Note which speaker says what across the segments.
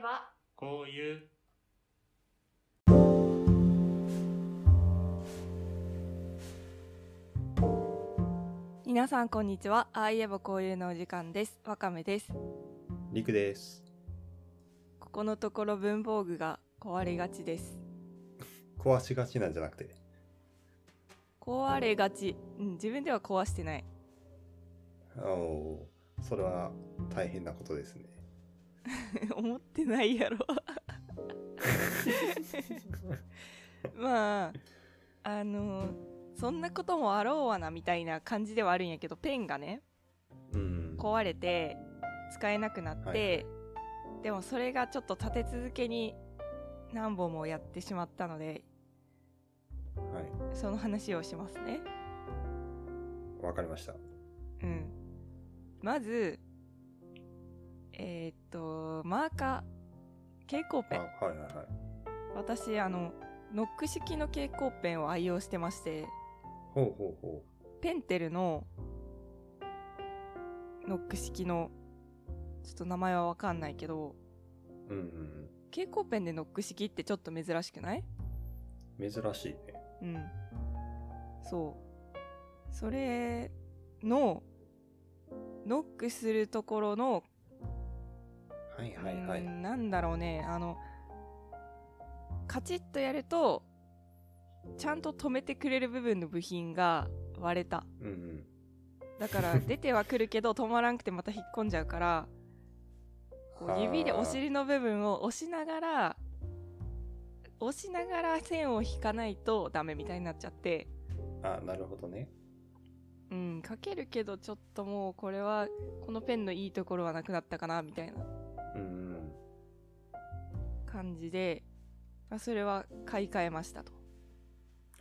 Speaker 1: ば
Speaker 2: こういう
Speaker 3: 皆さんこんにちはああいえばこういうのお時間ですわかめです
Speaker 4: りくです
Speaker 3: ここのところ文房具が壊れがちです
Speaker 4: 壊しがちなんじゃなくて
Speaker 3: 壊れがち、うん、自分では壊してない
Speaker 4: あのそれは大変なことですね
Speaker 3: 思ってないやろ まああのそんなこともあろうわなみたいな感じではあるんやけどペンがね
Speaker 4: うん
Speaker 3: 壊れて使えなくなって、
Speaker 4: はい
Speaker 3: でもそれがちょっと立て続けに何本もやってしまったので
Speaker 4: はい
Speaker 3: その話をしますね
Speaker 4: わかりました
Speaker 3: うんまずえーっとマーカー蛍光ペ
Speaker 4: あ
Speaker 3: ン
Speaker 4: はいはいはい
Speaker 3: 私あのノック式の蛍光ペンを愛用してまして
Speaker 4: ほうほうほ
Speaker 3: ペンテルのノック式のちょっと名前はわかんないけど
Speaker 4: ううん
Speaker 3: 蛍光ペンでノック式ってちょっと珍しくない
Speaker 4: うん珍しいね
Speaker 3: うんそうそれのノックするところの
Speaker 4: はいはいは
Speaker 3: う
Speaker 4: い
Speaker 3: ーんなんだろうねあのカチッとやるとちゃんと止めてくれる部分の部品が割れた
Speaker 4: うんうん
Speaker 3: だから 出てはくるけど止まらんくてまた引っ込んじゃうからこ
Speaker 4: はあ
Speaker 3: う指でお尻の部分を押しながら押しながら線を引かないとダメみたいになっちゃって
Speaker 4: あなるほどね
Speaker 3: うん書けるけどちょっともうこれはこのペンのいいところはなくなったかなみたいな
Speaker 4: うんうん
Speaker 3: 感じで、まあ、それは買い替えましたと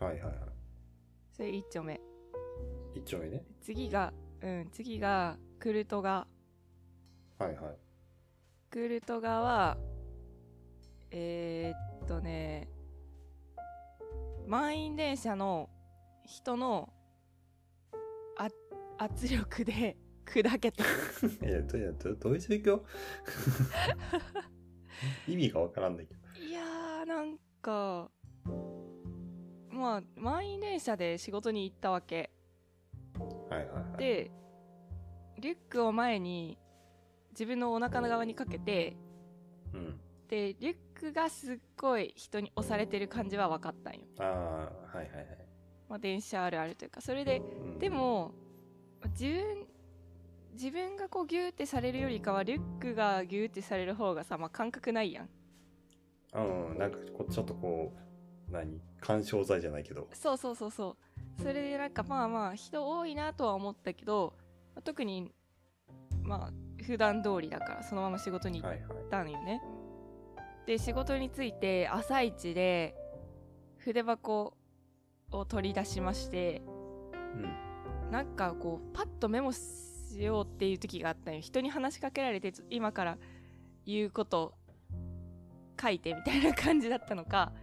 Speaker 4: はいはいは
Speaker 3: それ1丁目
Speaker 4: い一丁目ね
Speaker 3: 次がうん次がクルトガ
Speaker 4: はいはい
Speaker 3: クルトガはえー、っとね満員電車の人のあ圧力で 砕けた
Speaker 4: いやどいやどどういう状 況意味がわからんだけど
Speaker 3: いやーなんかまあ満員電車で仕事に行ったわけ
Speaker 4: はいはいはい
Speaker 3: でリュックを前に自分のお腹の側にかけて
Speaker 4: うん
Speaker 3: でリュックがすっごい人に押されてる感じは分かったんよ、
Speaker 4: ああはいはいはい、
Speaker 3: まあ、電車あるあるというかそれで
Speaker 4: うん
Speaker 3: でも自分自分がこうギューってされるよりかはリュックがギューってされる方がさ、まあ、感覚ないやん
Speaker 4: うん、なんかこうちょっとこう何緩衝材じゃないけど
Speaker 3: そうそうそうそうそれでなんかまあまあ人多いなとは思ったけどまあ特にまあ普段通りだからそのまま仕事に行っ
Speaker 4: はいはい
Speaker 3: ったんよね。で仕事について朝一で筆箱を取り出しまして
Speaker 4: うん
Speaker 3: なんかこうパッとメモしようっていう時があったんよ人に話しかけられてちょ今から言うこと書いてみたいな感じだったのか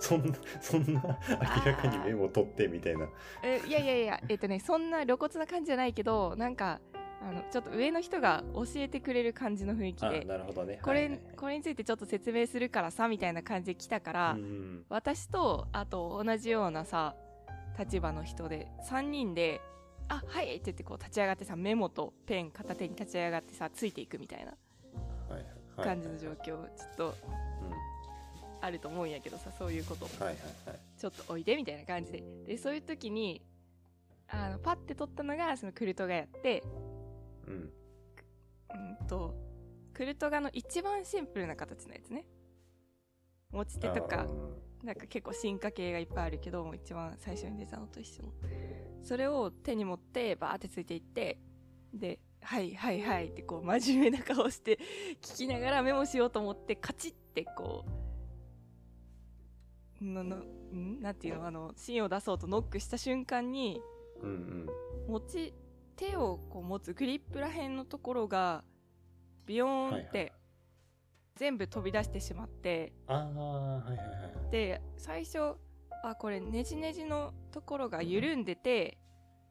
Speaker 4: そんなそんな明らかにメモ取ってみたいな
Speaker 3: えいやいやいやえっとねそんな露骨な感じじゃないけどなんかあのちょっと上の人が教えてくれる感じの雰囲気
Speaker 4: あ
Speaker 3: で
Speaker 4: なるほどね
Speaker 3: これ,、
Speaker 4: はいはいはい
Speaker 3: これについてちょっと説明するからさみたいな感じで来たから。
Speaker 4: うん
Speaker 3: 私とあと同じようなさ立場の人で3人で「あはい」って言ってこう立ち上がってさメモとペン片手に立ち上がってさついていくみたいな
Speaker 4: はいはいはい
Speaker 3: 感じの状況、ちょっと
Speaker 4: うん
Speaker 3: あると思うんやけどさそういうこと
Speaker 4: はいはいはい
Speaker 3: ちょっとおいでみたいな感じででそういう時にあのパッて取ったのがそのクルトガやって
Speaker 4: うん
Speaker 3: うんとクルトガの一番シンプルな形のやつね持ち手と
Speaker 4: あ
Speaker 3: か
Speaker 4: ー
Speaker 3: なんか結構進化系がいっぱいあるけどもう一番最初に出たのと一緒のそれを手に持ってバーってついていってで「はいはいはい」ってこう真面目な顔して聞きながらメモしようと思ってカチッってこうののんなんていうのあの芯を出そうとノックした瞬間に
Speaker 4: うんうん
Speaker 3: 持ち手をこう持つグリップらへんのところがビヨーンっ
Speaker 4: はいはい
Speaker 3: て全部飛び出してしまって。
Speaker 4: ああはいはいはい
Speaker 3: で最初あこれネジネジのところが緩んでて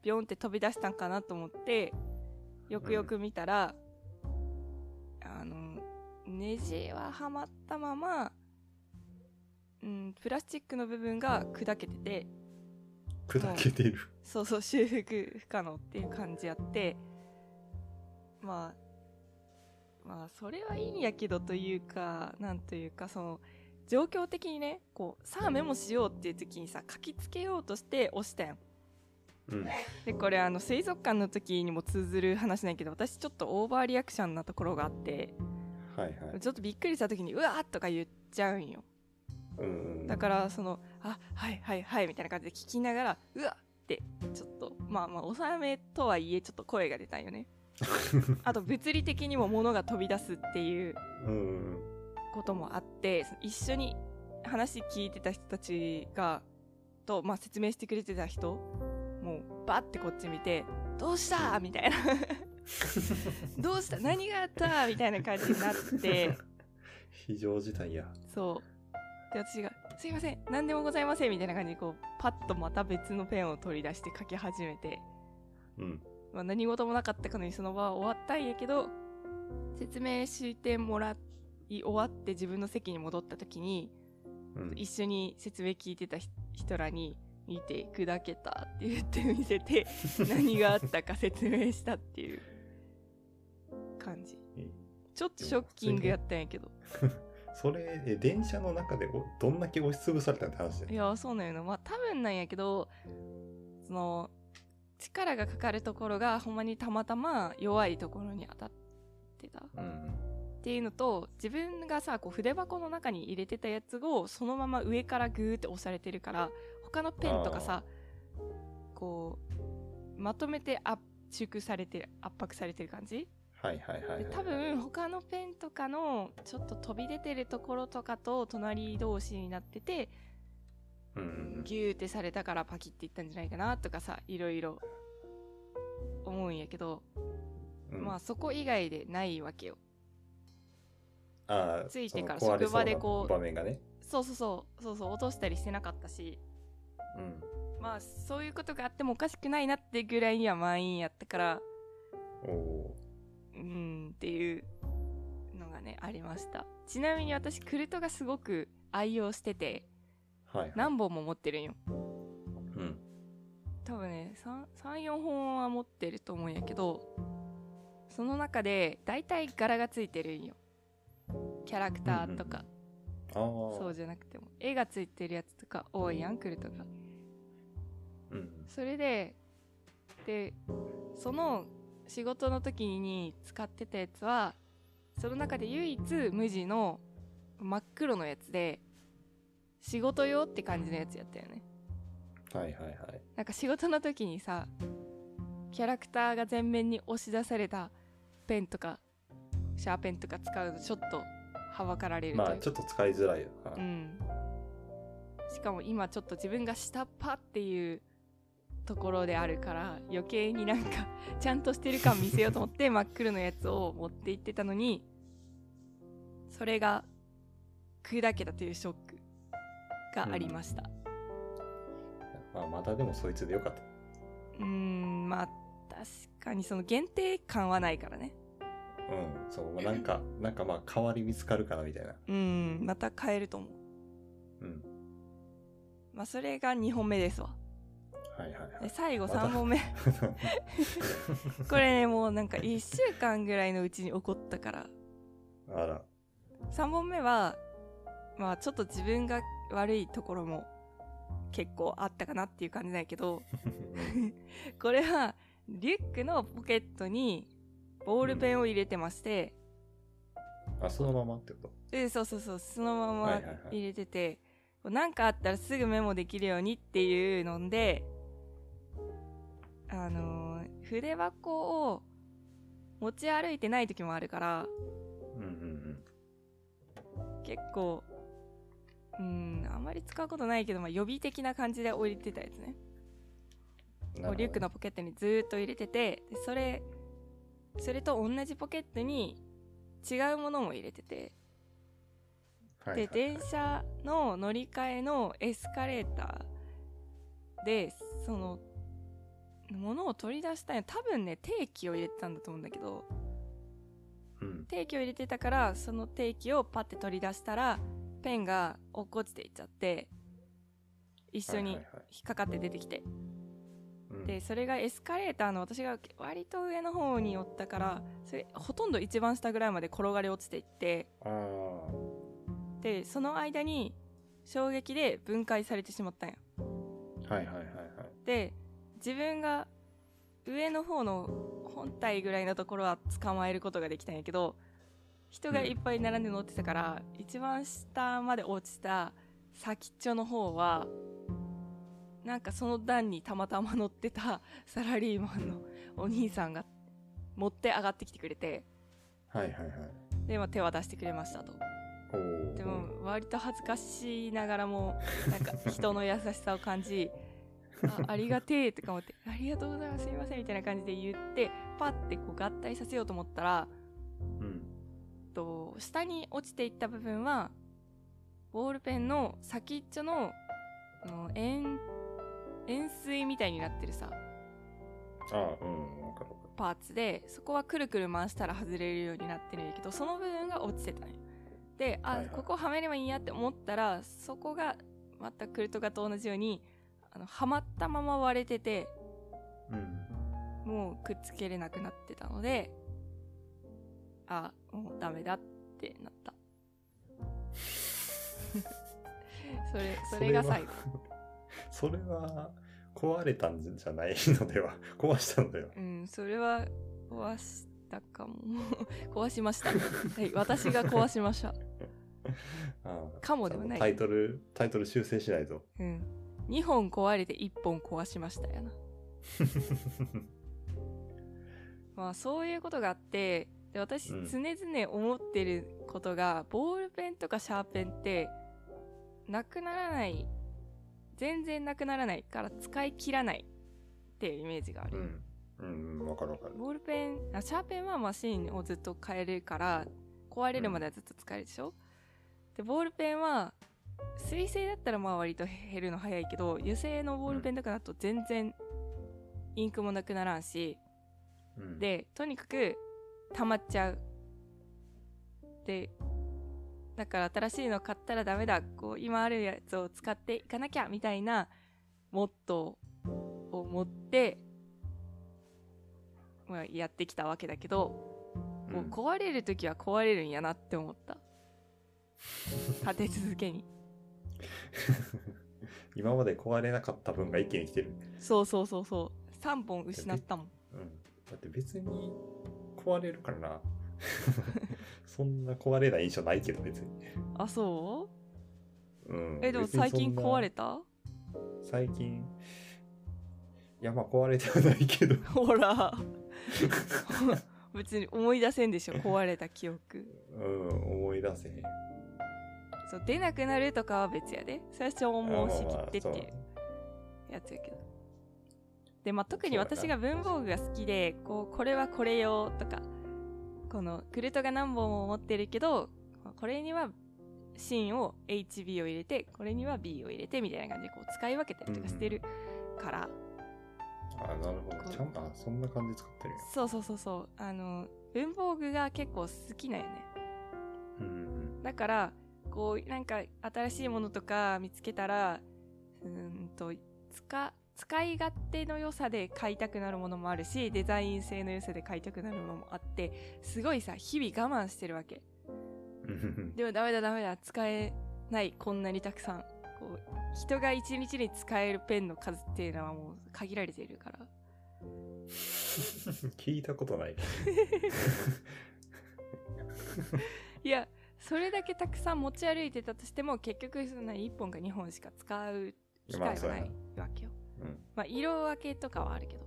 Speaker 3: ビョンって飛び出したんかなと思ってよくよく見たら、あのネジははまったまま、うん、プラスチックの部分が砕けてて
Speaker 4: 砕けてる。
Speaker 3: そうそう修復不可能っていう感じやってまあまあそれはいいんやけどというかなんというかその状況的にねこうさあメモしようっていう時にさ書きつけようとして押したやん
Speaker 4: うん。
Speaker 3: でこれあの水族館の時にも通ずる話なんやけど私ちょっとオーバーリアクションなところがあって
Speaker 4: はいはい。
Speaker 3: ちょっとびっくりした時にうわーっとか言っちゃうんよ
Speaker 4: うんうん。
Speaker 3: だ からその「あはいはいはい」みたいな感じで聞きながら「うわっ!」ってちょっとまあまあ抑めとはいえちょっと声が出たんよねあと物理的にも物が飛び出すっていう
Speaker 4: うんうん
Speaker 3: こともあってその一緒に話聞いてた人たちがと、まあ、説明してくれてた人もうバッてこっち見て「どうした?」みたいな 「どうした何があった?」みたいな感じになって。
Speaker 4: 非常事態や。
Speaker 3: そう。で、私が、すいません、何でもございません、みたいな感じで、こう、パッとまた別のペンを取り出して書き始めて、
Speaker 4: うん。
Speaker 3: まあ、何事もなかったかのようにその場は終わったんやけど、説明してもらい終わって自分の席に戻った時に、
Speaker 4: うん。
Speaker 3: 一緒に説明聞いてたひ人らに、見て、砕けたって言って見せて、何があったか説明したっていう感じ。ちょっとショッキングやったんやけど。
Speaker 4: それ、え電車の中でおどんだけ押しつぶされたって話だ
Speaker 3: い
Speaker 4: よ。
Speaker 3: やそうなんやなまあ多分なんやけどその力がかかるところがほんまにたまたま弱いところに当たってたっ
Speaker 4: うん。
Speaker 3: ていうのと自分がさこう筆箱の中に入れてたやつをそのまま上からグーって押されてるから他のペンとかさこうまとめて圧縮されてる圧迫されてる感じ
Speaker 4: はいはいはい、
Speaker 3: で
Speaker 4: はい。
Speaker 3: 多分他のペンとかのちょっと飛び出てるところとかと隣同士になってて
Speaker 4: うんうん
Speaker 3: ギューってされたからパキっていったんじゃないかなとかさいろいろ思うんやけど、
Speaker 4: うん。うん
Speaker 3: まあそこ以外でないわけよ
Speaker 4: あー
Speaker 3: ついてから
Speaker 4: その壊れそうな
Speaker 3: 職場でこう
Speaker 4: 場面がね。
Speaker 3: そうそうそうそうそう落としたりしてなかったし
Speaker 4: うん。
Speaker 3: まあそういうことがあってもおかしくないなってぐらいには満員やったから
Speaker 4: おお
Speaker 3: うーんっていうのがねありましたちなみに私クルトがすごく愛用してて
Speaker 4: ー。はい、はい。
Speaker 3: 何本も持ってるんよ
Speaker 4: うん。
Speaker 3: 多分ね34本は持ってると思うんやけどその中で大体柄がついてるんよキャラクターとか、
Speaker 4: ああ。
Speaker 3: そうじゃなくても絵がついてるやつとか多いやんクルトが
Speaker 4: うん。
Speaker 3: それででその仕事の時に使ってたやつはその中で唯一無地の真っ黒のやつで仕事用って感じのやつやったよね
Speaker 4: はいはいはい。
Speaker 3: なんか仕事の時にさキャラクターが前面に押し出されたペンとかシャーペンとか使うのちょっとはばかられるというか、
Speaker 4: まあ、ちょっと使いづらいよな。
Speaker 3: うん、しかも今ちょっと自分が下っ端っていうところであるから余計になんかちゃんとしてる感見せようと思 って真っ黒のやつを持って行ってたのにそれが砕けたというショックがありました。
Speaker 4: まあ、またでもそいつでよかった。
Speaker 3: うーんまあ確かにその限定感はないからね
Speaker 4: うん、そう、まあ、なんか、なんかまあ、代わり見つかるかなみたいな。
Speaker 3: うんまた買えると思う
Speaker 4: うん。
Speaker 3: まあそれが2本目ですわ
Speaker 4: はいはいは
Speaker 3: で
Speaker 4: い。
Speaker 3: 最後
Speaker 4: また
Speaker 3: 3本目 これねもうなんか1週間ぐらいのうちに起こったから
Speaker 4: あら。
Speaker 3: 3本目はまあちょっと自分が悪いところも結構あったかなっていう感じなんやけ どこれはリュックのポケットにボールペンを入れてまして、
Speaker 4: あ、そのままってこ
Speaker 3: うん、そうそうそう、そのま
Speaker 4: はい
Speaker 3: ま
Speaker 4: はいはい
Speaker 3: 入れてて、こうなんかあったらすぐメモできるようにっていうので、あのー筆箱を持ち歩いてない時もあるから、
Speaker 4: と。うんうん
Speaker 3: 結構、うん、あんまり使うことないけど、まあ、予備的な感じで置いてたやつね。
Speaker 4: うん。
Speaker 3: こうリュックのポケットにずーっと入れてて、でそれ、それと同じポケットに違うものも入れてて、で電車の乗り換えのエスカレーターでその物を取り出したい多分ね定期を入れてたんだと思うんだけど
Speaker 4: うん。
Speaker 3: 定期を入れてたからその定期をパッて取り出したらペンが落っこちていっちゃって一緒に引
Speaker 4: はいはいはい
Speaker 3: っかかって出てきて、
Speaker 4: うん
Speaker 3: でそれがエスカレーターの私が割と上の方に寄ったからそれほとんど一番下ぐらいまで転がり落ちていって
Speaker 4: ああ、
Speaker 3: でその間に衝撃で分解されてしまったんや
Speaker 4: はいはいはいはい。
Speaker 3: で自分が上の方の本体ぐらいのところは捕まえることができたんやけど人がいっぱい並んで乗ってたから、一番下まで落ちた先っちょの方はなんかその段にたまたま乗ってた サラリーマンのお兄さんが持って上がってきてくれて
Speaker 4: はいはいはい。
Speaker 3: で、まあ、手は出してくれましたと
Speaker 4: おお。
Speaker 3: でも割と恥ずかしいながらもなんか人の優しさを感じあありがてえとか思って「ありがとうございますすいません」みたいな感じで言ってパッてこう合体させようと思ったら
Speaker 4: うん。
Speaker 3: と下に落ちていった部分はボールペンの先っちょのあの円円錐みたいになってるさ
Speaker 4: ああ、うん、わかるわか
Speaker 3: パーツでそこはくるくる回したら外れるようになってるんやけどその部分が落ちてたんよであ、
Speaker 4: はいはい
Speaker 3: ここはめればいいんやって思ったらそこがまたクルトガと同じようにあのはまったまま割れてて
Speaker 4: る。うん。
Speaker 3: もうくっつけれなくなってたのであもうダメだってなったそれ それが最後
Speaker 4: それは 壊れたんじゃないのでは 壊したのでは
Speaker 3: うん、それは壊したかも。 壊しました。はい、私が壊しました。
Speaker 4: ああ
Speaker 3: かもでもな
Speaker 4: タ
Speaker 3: い。
Speaker 4: イトルタイトル修正しないと
Speaker 3: うん。2本壊れて1本壊しましたやな。まあそういうことがあって、で私
Speaker 4: う
Speaker 3: 常
Speaker 4: ん
Speaker 3: 々思ってることが、ボールペンとかシャーペンって、なくならない、全然なくならないから使い切らないっていうイメージがあ
Speaker 4: う
Speaker 3: る。
Speaker 4: んうんうんわかるわかる
Speaker 3: ボールペンあシャーペンはマシンをずっと変えるから壊れるまではずっと使えるでしょ、でボールペンは水性だったらまあ割と減るの早いけど油性のボールペンとかだと全然インクもなくならんし、
Speaker 4: うん
Speaker 3: でとにかく溜まっちゃうでだから新しいの買ったらダメだこう今あるやつを使っていかなきゃみたいなモットーを持って、まあ、やってきたわけだけど、
Speaker 4: う
Speaker 3: こうん壊れる時は壊れるんやなって思った立て続け に
Speaker 4: 今まで壊れなかった分が一気に来てる、
Speaker 3: そうそうそうそう3本失ったもん
Speaker 4: うん、だって別に壊れるからな そんな壊れない印象ないけど別に、
Speaker 3: あそう
Speaker 4: うん、
Speaker 3: えでも最近壊れ
Speaker 4: た
Speaker 3: た
Speaker 4: 最近いやまあ壊れてはないけど
Speaker 3: ほら 別に思い出せんでしょ壊れた記憶
Speaker 4: うん思い出せへん
Speaker 3: そう出なくなるとかは別やで最初
Speaker 4: あ
Speaker 3: 思うし
Speaker 4: まあま
Speaker 3: 切
Speaker 4: あ
Speaker 3: ってってい
Speaker 4: そう
Speaker 3: やつやけどでまあ特に
Speaker 4: そうやな
Speaker 3: 私が文房具が好きでこうこれはこれ用とかこのクルトが何本も持ってるけどこれには芯を HB を入れてこれには B を入れてみたいな感じでこう使い分けたりとかしてるから、
Speaker 4: あなるほどちゃんとあそんな感じで使ってるよ
Speaker 3: そうそうそうそうあの文房具が結構好きなんよね
Speaker 4: うん
Speaker 3: だからこうなんか新しいものとか見つけたらうーんと使使い勝手の良さで買いたくなるものもあるしデザイン性の良さで買いたくなるものもあってすごいさ日々我慢してるわけ
Speaker 4: うん
Speaker 3: でもダメだダメだ使えないこんなにたくさんこう人が一日に使えるペンの数っていうのはもう限られているから
Speaker 4: 聞いたこと ない。
Speaker 3: いやそれだけたくさん持ち歩いてたとしても結局そんな1本か2本しか使う機会は
Speaker 4: まあそう
Speaker 3: な
Speaker 4: や
Speaker 3: いわけよ
Speaker 4: うん、
Speaker 3: まあ、色分けとかはあるけど。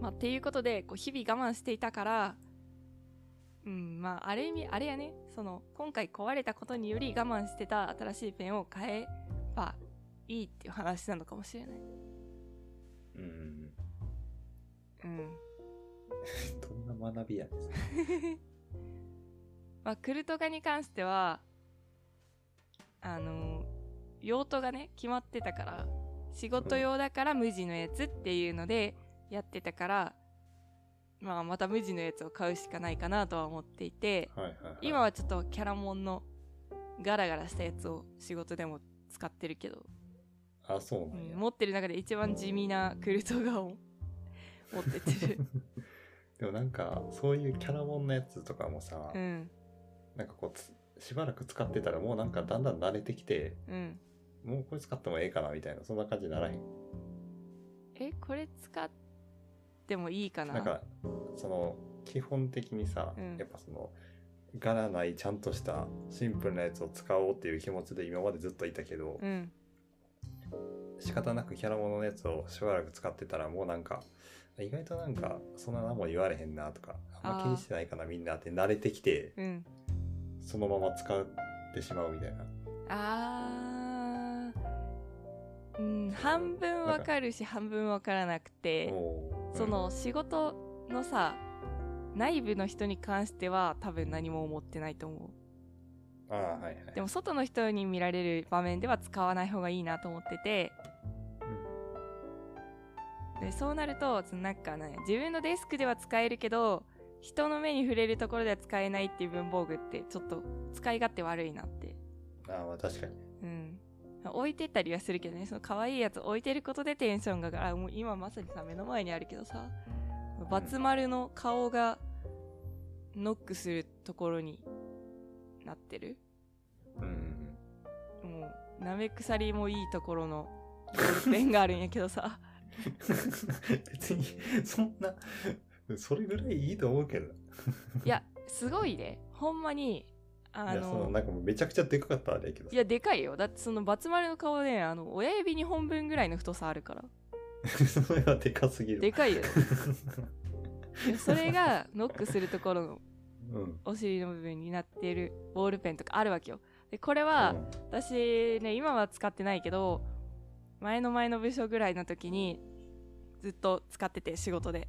Speaker 3: まあ、っていうことで、こう日々我慢していたから、うん、まあ、ある意味、あれやね、その、今回壊れたことにより我慢してた新しいペンを変えばいいっていう話なのかもしれない。
Speaker 4: うん、
Speaker 3: うん。
Speaker 4: どんな学びやねん
Speaker 3: まあ、クルトガに関しては、あの、用途がね、決まってたから、仕事用だから無地のやつっていうのでやってたから、まあ、また無地のやつを買うしかないかなとは思っていて、
Speaker 4: はいはい、はい。
Speaker 3: 今はちょっとキャラモンのガラガラしたやつを仕事でも使ってるけど、
Speaker 4: あ、そう
Speaker 3: う
Speaker 4: なんや。
Speaker 3: ん持ってる中で一番地味なクルトガを 持ってって る。
Speaker 4: でもなんか、そういうキャラモンのやつとかもさ、
Speaker 3: うん、
Speaker 4: なんかこうつ、しばらく使ってたらもうなんかだんだん慣れてきて、
Speaker 3: うん。
Speaker 4: もうこれ使ってもええかなみたいな、そんな感じにならへん。
Speaker 3: え、これ使ってもいいかな
Speaker 4: なんか、その、基本的にさ、
Speaker 3: うん
Speaker 4: やっぱその、柄ないちゃんとしたシンプルなやつを使おうっていう気持ちで今までずっといたけど、
Speaker 3: うん。
Speaker 4: 仕方なくキャラもののやつをしばらく使ってたらもうなんか意外となんかそんな何も言われへんなとかあんま気にしてないかなみんなって慣れてきて
Speaker 3: うん。
Speaker 4: そのまま使ってしまうみたいな
Speaker 3: あー。うん、半分わかるし、半分わからなくて。
Speaker 4: もう
Speaker 3: その仕事のさ内部の人に関しては多分何も思ってないと思
Speaker 4: うんああはいはいう
Speaker 3: でも外の人に見られる場面では使わない方がいいなと思っててでそうなるとそのなんかね自分のデスクでは使えるけど人の目に触れるところでは使えないっていう文房具ってちょっと使い勝手悪いなって
Speaker 4: ああまあ確かに
Speaker 3: うん置いてったりはするけどねその可愛いやつ置いてることでテンションが上がるあもう今まさにさ目の前にあるけどさバツ丸の顔がノックするところになってる
Speaker 4: うんうん
Speaker 3: もうなめくさりもいいところのボールペンがあるんやけど さ
Speaker 4: うん 別にそんなそれぐらいいいと思うけど
Speaker 3: いやすごいねほんまにあ
Speaker 4: いやその
Speaker 3: の
Speaker 4: なんかもうめちゃくちゃでかかったあれやけど
Speaker 3: いやでかいよだってそのバツ丸の顔ねあの親指2本分ぐらいの太さあるから
Speaker 4: それはでかすぎる
Speaker 3: でかい よいやそれがノックするところの
Speaker 4: うん
Speaker 3: お尻の部分になっているボールペンとかあるわけよでこれは、私ね今は使ってないけど前の前の部署ぐらいの時にずっと使ってて仕事で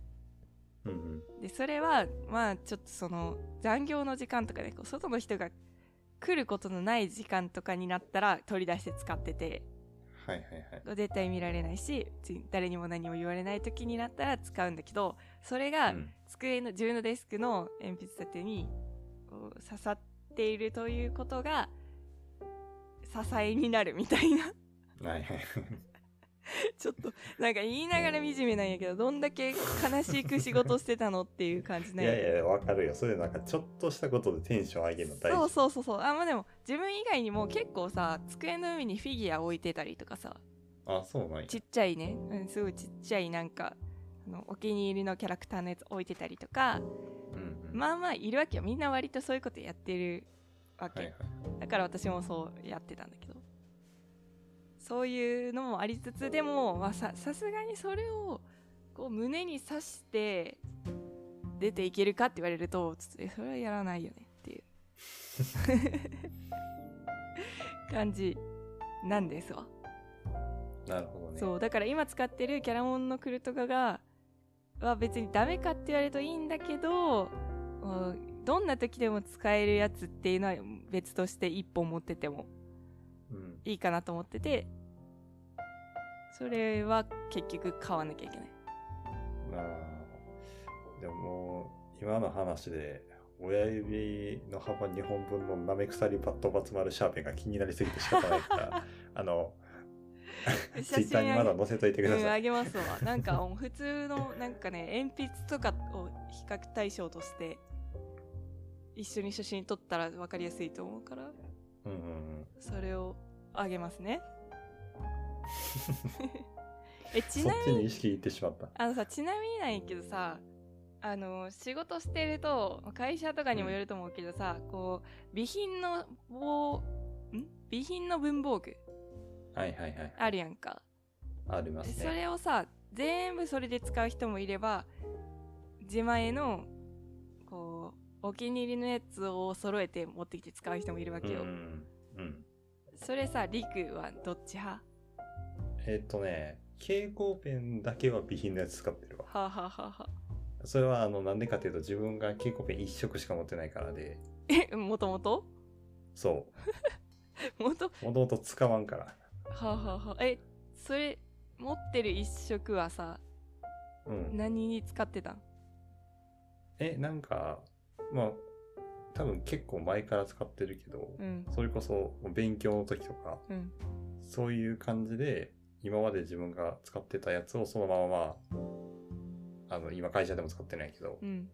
Speaker 4: うんうん
Speaker 3: でそれはまあちょっとその残業の時間とかでこう外の人が来ることのない時間とかになったら取り出して使ってて
Speaker 4: はいはいはい
Speaker 3: 絶対見られないし別に誰にも何も言われない時になったら使うんだけどそれが
Speaker 4: うん
Speaker 3: 机の自分のデスクの鉛筆立てにこう刺さっているということが支えになるみたいな
Speaker 4: はいはい
Speaker 3: ちょっと、なんか言いながら惨めなんやけど、どんだけ悲しく仕事してたのっていう感じ
Speaker 4: い
Speaker 3: ね。
Speaker 4: やいや、わかるよ。そういうなんか、ちょっとしたことでテンション上げるの大事。
Speaker 3: そうそうそうそう。あ、まあでも、自分以外にも結構さ、机の上にフィギュア置いてたりとかさ、
Speaker 4: あ、そうなんや。
Speaker 3: ちっちゃいね、うん、すごいちっちゃいなんか、あのお気に入りのキャラクターのやつ置いてたりとか、
Speaker 4: うんうん、
Speaker 3: まあまあいるわけよ。みんな割とそういうことやってるわけ。
Speaker 4: はいはい。
Speaker 3: だから私もそうやってたんだけど。そういうのもありつつ、でも、まあ、さ、さすがにそれを、こう、胸に刺して、出ていけるかって言われると、ちょっとえ、それはやらないよねっていう感じなんですわ。
Speaker 4: なるほどね。
Speaker 3: そう、だから今使ってるキャラモンのクルトガが、は別にダメかって言われるといいんだけど、うんどんな時でも使えるやつっていうのは別として一本持ってても
Speaker 4: うん。
Speaker 3: いいかなと思っててそれは結局買わなきゃいけない
Speaker 4: なあ。でももう、今の話で、親指の幅2本分のなめくさりパッドバツ丸シャーペンが気になりすぎて仕方ない から、あの、 ツイッターにまだ載せといてくだ
Speaker 3: うん、
Speaker 4: さ
Speaker 3: あ
Speaker 4: い。
Speaker 3: げますわなんかもう普通のなんかね鉛筆とかを比較対象として一緒に写真撮ったら分かりやすいと思うから
Speaker 4: うんうんうん。
Speaker 3: それをあげます ねえち
Speaker 4: そ
Speaker 3: な
Speaker 4: っ
Speaker 3: みに
Speaker 4: ちに意識いってしまった。
Speaker 3: あのさちなみになんやけどさあの仕事してると会社とかにもよると思うけどさ、こう備品の棒ん備品の文房具
Speaker 4: はいはいはい。
Speaker 3: あるやんか、
Speaker 4: あります
Speaker 3: そ
Speaker 4: ね。
Speaker 3: れをさ全部それで使う人もいれば自前のこうお気に入りのやつを揃えて持ってきて使う人もいるわ
Speaker 4: うん
Speaker 3: けよ、
Speaker 4: うん。うん。
Speaker 3: それさりくはどっち派
Speaker 4: えっとね、蛍光ペンだけは備品のやつ使ってるわ。
Speaker 3: はあ、はあはあはあ、
Speaker 4: それはあのなんでかというと自分が蛍光ペン一色しか持ってないからで
Speaker 3: えもともと
Speaker 4: そ
Speaker 3: もと
Speaker 4: うもともと使わんから
Speaker 3: はあ、はあはあ、えそれ持ってる一色はさ
Speaker 4: うん
Speaker 3: 何に使ってたん
Speaker 4: え、なんか、まあ、多分結構前から使ってるけど、
Speaker 3: うん
Speaker 4: それこそ勉強の時とか、
Speaker 3: うん
Speaker 4: そういう感じで、今まで自分が使ってたやつをそのまま、まあ、あの、今会社でも使ってないけど、
Speaker 3: うん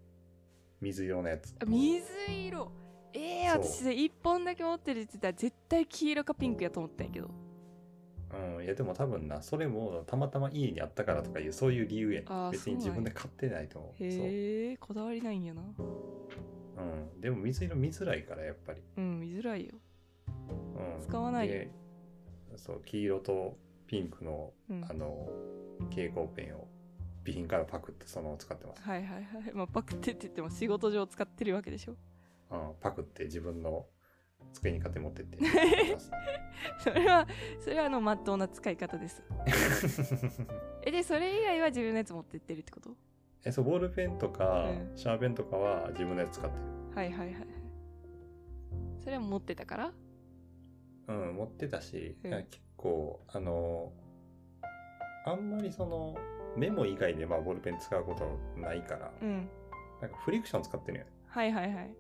Speaker 4: 水用のやつ。
Speaker 3: あ水色ええー、
Speaker 4: そう
Speaker 3: 私で1本だけ持ってるって言ったら絶対黄色かピンクやと思ったんやけど
Speaker 4: うん、いやでも多分な、それもたまたま家にあったからとかいう、そういう理由やねん
Speaker 3: あー
Speaker 4: 別に
Speaker 3: そ
Speaker 4: 自
Speaker 3: うなんや
Speaker 4: 分で買ってないと思う。そう。
Speaker 3: へえこだわりないんやな
Speaker 4: うん。でも水色見づらいから、やっぱり。
Speaker 3: うん見づらいよ
Speaker 4: うん。
Speaker 3: 使わないよ
Speaker 4: でそう、黄色とピンクの、
Speaker 3: うん
Speaker 4: あの、蛍光ペンを、備品からパクってそのまま使ってます。
Speaker 3: はいはいはい、まあ、パクってって言っても仕事上使ってるわけでしょ
Speaker 4: うん、パクって自分の机に買って 持ってってやります。
Speaker 3: それはそれはあのまっとうな使い方ですえでそれ以外は自分のやつ持ってってるってこと
Speaker 4: え、そう、ボールペンとか
Speaker 3: う、
Speaker 4: シャーペンとかは自分のやつ使ってる。
Speaker 3: はいはいはいはいそれは持ってたから
Speaker 4: うん、持ってたし、
Speaker 3: うん
Speaker 4: 結構、あの、あんまりその、メモ以外でまあボールペン使うことないから、
Speaker 3: うん
Speaker 4: なんかフリクション使ってるよね。
Speaker 3: はいはいはい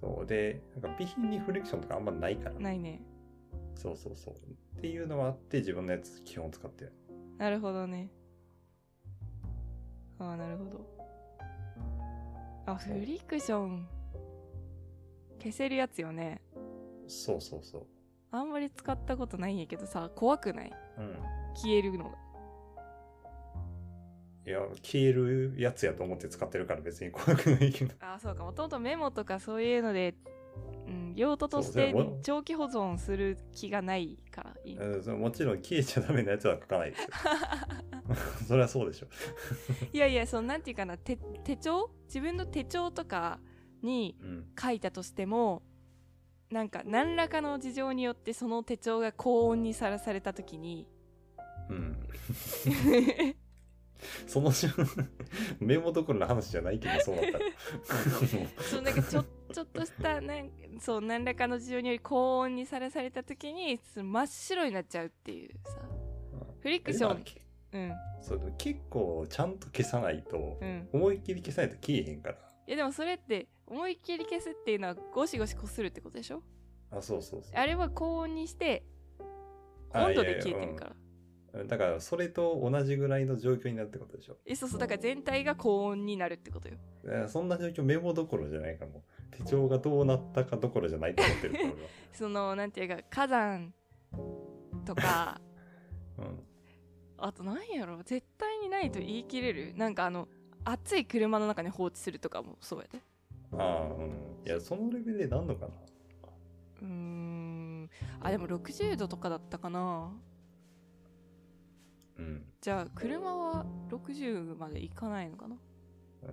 Speaker 4: そう。で、なんか備品にフリクションとかあんまないから。
Speaker 3: ないね
Speaker 4: そうそうそう。っていうのはあって自分のやつ基本使ってる。
Speaker 3: なるほどねああなるほどあ
Speaker 4: そう
Speaker 3: フリクション消せるやつよね
Speaker 4: そうそうそ。
Speaker 3: あんまり使ったことないんやけどさ怖くないう
Speaker 4: うん。
Speaker 3: 消えるのが
Speaker 4: いや、消えるやつやと思って使ってるから別に怖くないけど。
Speaker 3: あそうかもともとメモとかそういうので、うん、用途とし
Speaker 4: そう
Speaker 3: て
Speaker 4: でも
Speaker 3: 長期保存する気がないからいい、
Speaker 4: うんそうもちろん消えちゃダメなやつは書かないですよ。 それはそうでしょ。
Speaker 3: いやいやそのなんていうかな手手帳自分の手帳とかに
Speaker 4: うん。
Speaker 3: 書いたとしてもなんか何らかの事情によってその手帳が高温にさらされた時 に
Speaker 4: うん。その瞬 間、メモどころの話じゃないけど、そうなったら。
Speaker 3: そうなんかちょ ちょっとしたなんそう何らかの事情により高温にさらされた時にその真っ白になっちゃうっていうさフリクションうん
Speaker 4: そうでも結構ちゃんと消さないと、
Speaker 3: うん
Speaker 4: 思いっきり消さないと消えへんから。
Speaker 3: いやでもそれって思いっきり消すっていうのはゴシゴシこするってことでしょ
Speaker 4: あ、そうそうそう。
Speaker 3: あれは高温にして
Speaker 4: あ
Speaker 3: 温度
Speaker 4: い
Speaker 3: で
Speaker 4: やいや
Speaker 3: 消えてるから
Speaker 4: うんだから、それと同じぐらいの状況になるってことでしょ。
Speaker 3: えそうそうだから全体が高温になるってことよ
Speaker 4: だからそんな状況メモどころじゃないかも。手帳がどうなったかどころじゃないと思ってるから
Speaker 3: そのなんていうか火山とか
Speaker 4: 俺は。うん。
Speaker 3: あと何やろ絶対にないと言い切れるなんかあの暑い車の中に放置するとかもそうやで
Speaker 4: ああ、うん。いや、そのレベルでなんのかな
Speaker 3: うーんあでも60度とかだったかな
Speaker 4: うん。
Speaker 3: じゃあ車は60までいかないのかな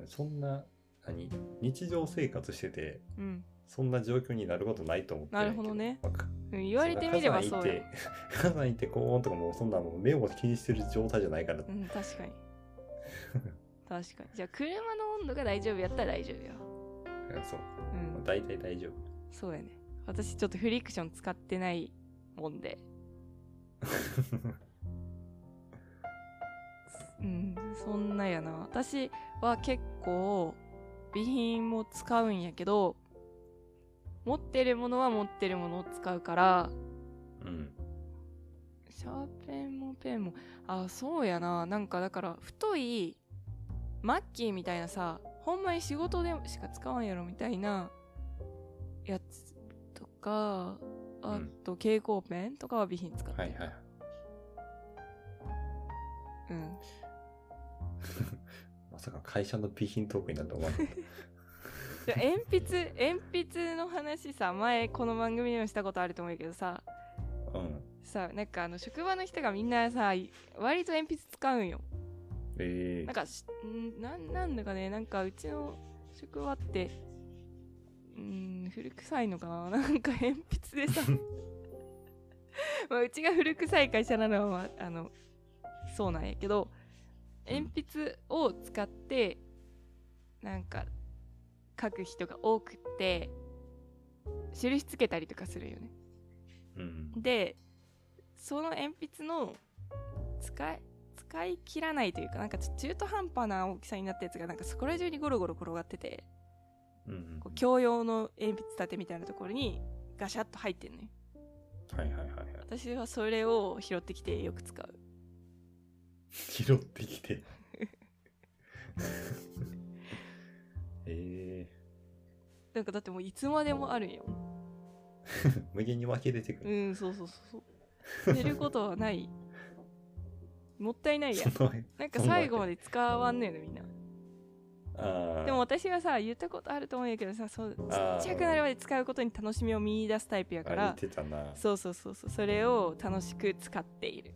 Speaker 4: そんな、何日常生活してて、
Speaker 3: うん、
Speaker 4: そんな状況になることないと思っていけ。
Speaker 3: なるほどね
Speaker 4: わか。
Speaker 3: うん、言われてみればそうや、
Speaker 4: 火山いて高温とかもうそんなもう目を気にしてる状態じゃないから
Speaker 3: う。ん確かに 確かにじゃあ車の温度が大丈夫やったら大丈夫よ
Speaker 4: そう。
Speaker 3: うん
Speaker 4: 大体大丈夫。
Speaker 3: そうやね私ちょっとフリクション使ってないもんでうんそんなやな私は結構備品も使うんやけど持ってるものは持ってるものを使うから
Speaker 4: うん。
Speaker 3: シャーペンもペンもあそうやななんかだから太いマッキーみたいなさほんまに仕事でしか使わんやろみたいなやつとかあと蛍光ペンとかは備品使って
Speaker 4: は
Speaker 3: る、
Speaker 4: いはい。
Speaker 3: うん
Speaker 4: まさか会社の備品トークになると思わなかった。
Speaker 3: で鉛筆鉛筆の話さ前この番組でもしたことあると思うけどさ
Speaker 4: うん。
Speaker 3: さなんかあの職場の人がみんなさ割と鉛筆使うんよ
Speaker 4: ええ
Speaker 3: なんかしんなんなんだかねなんかうちの職場ってうん古臭いのかな なんか鉛筆でさまあうちが古臭い会社なのは、まあ、あのそうなんやけど鉛筆を使ってなんか書く人が多くって印つけたりとかするよね
Speaker 4: うん。
Speaker 3: でその鉛筆の使い使い切らないというかなんかちょ中途半端な大きさになったやつがなんかそこら中にゴロゴロ転がってて
Speaker 4: うんうん
Speaker 3: こう教養の鉛筆立てみたいなところにガシャッと入ってんのよ
Speaker 4: はいはいはいはい。
Speaker 3: 私はそれを拾ってきてよく使う
Speaker 4: 拾って きて。 え
Speaker 3: なんかだってもういつまでもあるんよ
Speaker 4: えー、無限に湧き出てく
Speaker 3: う
Speaker 4: る。
Speaker 3: んそうそうそうそう寝ることはないもったいない やん
Speaker 4: その辺
Speaker 3: なんか最後まで使わんねえのみんな
Speaker 4: ああ。
Speaker 3: でも、私がさ言ったことあると思うんやけどさそうちっ
Speaker 4: あー
Speaker 3: ちゃくなるまで使うことに楽しみを見出すタイプやか
Speaker 4: あ、言
Speaker 3: ら
Speaker 4: ってたな。
Speaker 3: そうそうそうそうそれを楽しく使っている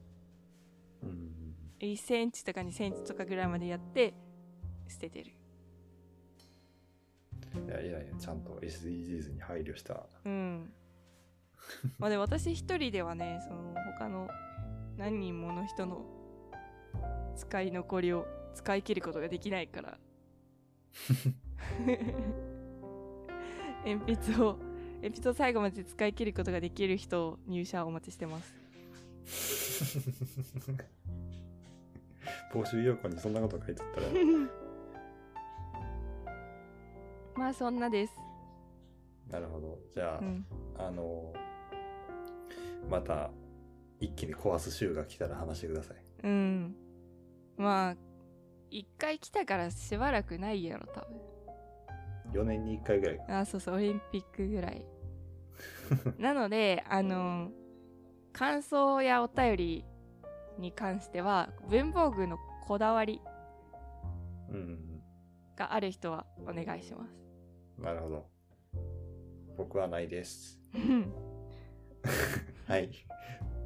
Speaker 4: うん。
Speaker 3: 1センチとか2センチとかぐらいまでやって捨ててる
Speaker 4: いやいやいや、ちゃんと SDGs に配慮 した。
Speaker 3: うんまあでも私一人ではねその他の何人もの人の使い残りを使い切ることができないから 鉛筆を鉛筆を最後まで使い切ることができる人を入社お待ちしてます
Speaker 4: 募集要項にそんなこと書いてあったら、
Speaker 3: まあそんなです、
Speaker 4: なるほど。じゃあ、
Speaker 3: うん、
Speaker 4: あの、また、一気に壊す週が来たら話してください。
Speaker 3: うんまあ一回来たからしばらくないやろ多分
Speaker 4: 4年に1回ぐらい。
Speaker 3: あそうそうオリンピックぐらいなのであの感想やお便りに関しては文房具のこだわり
Speaker 4: うん。
Speaker 3: がある人はお願いします
Speaker 4: なるほど。僕はな いです。
Speaker 3: うん
Speaker 4: はい。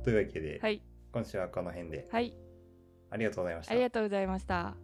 Speaker 4: というわけで、
Speaker 3: はい
Speaker 4: 今週はこの辺で、
Speaker 3: はい
Speaker 4: ありがとうございました
Speaker 3: あり。がとうございました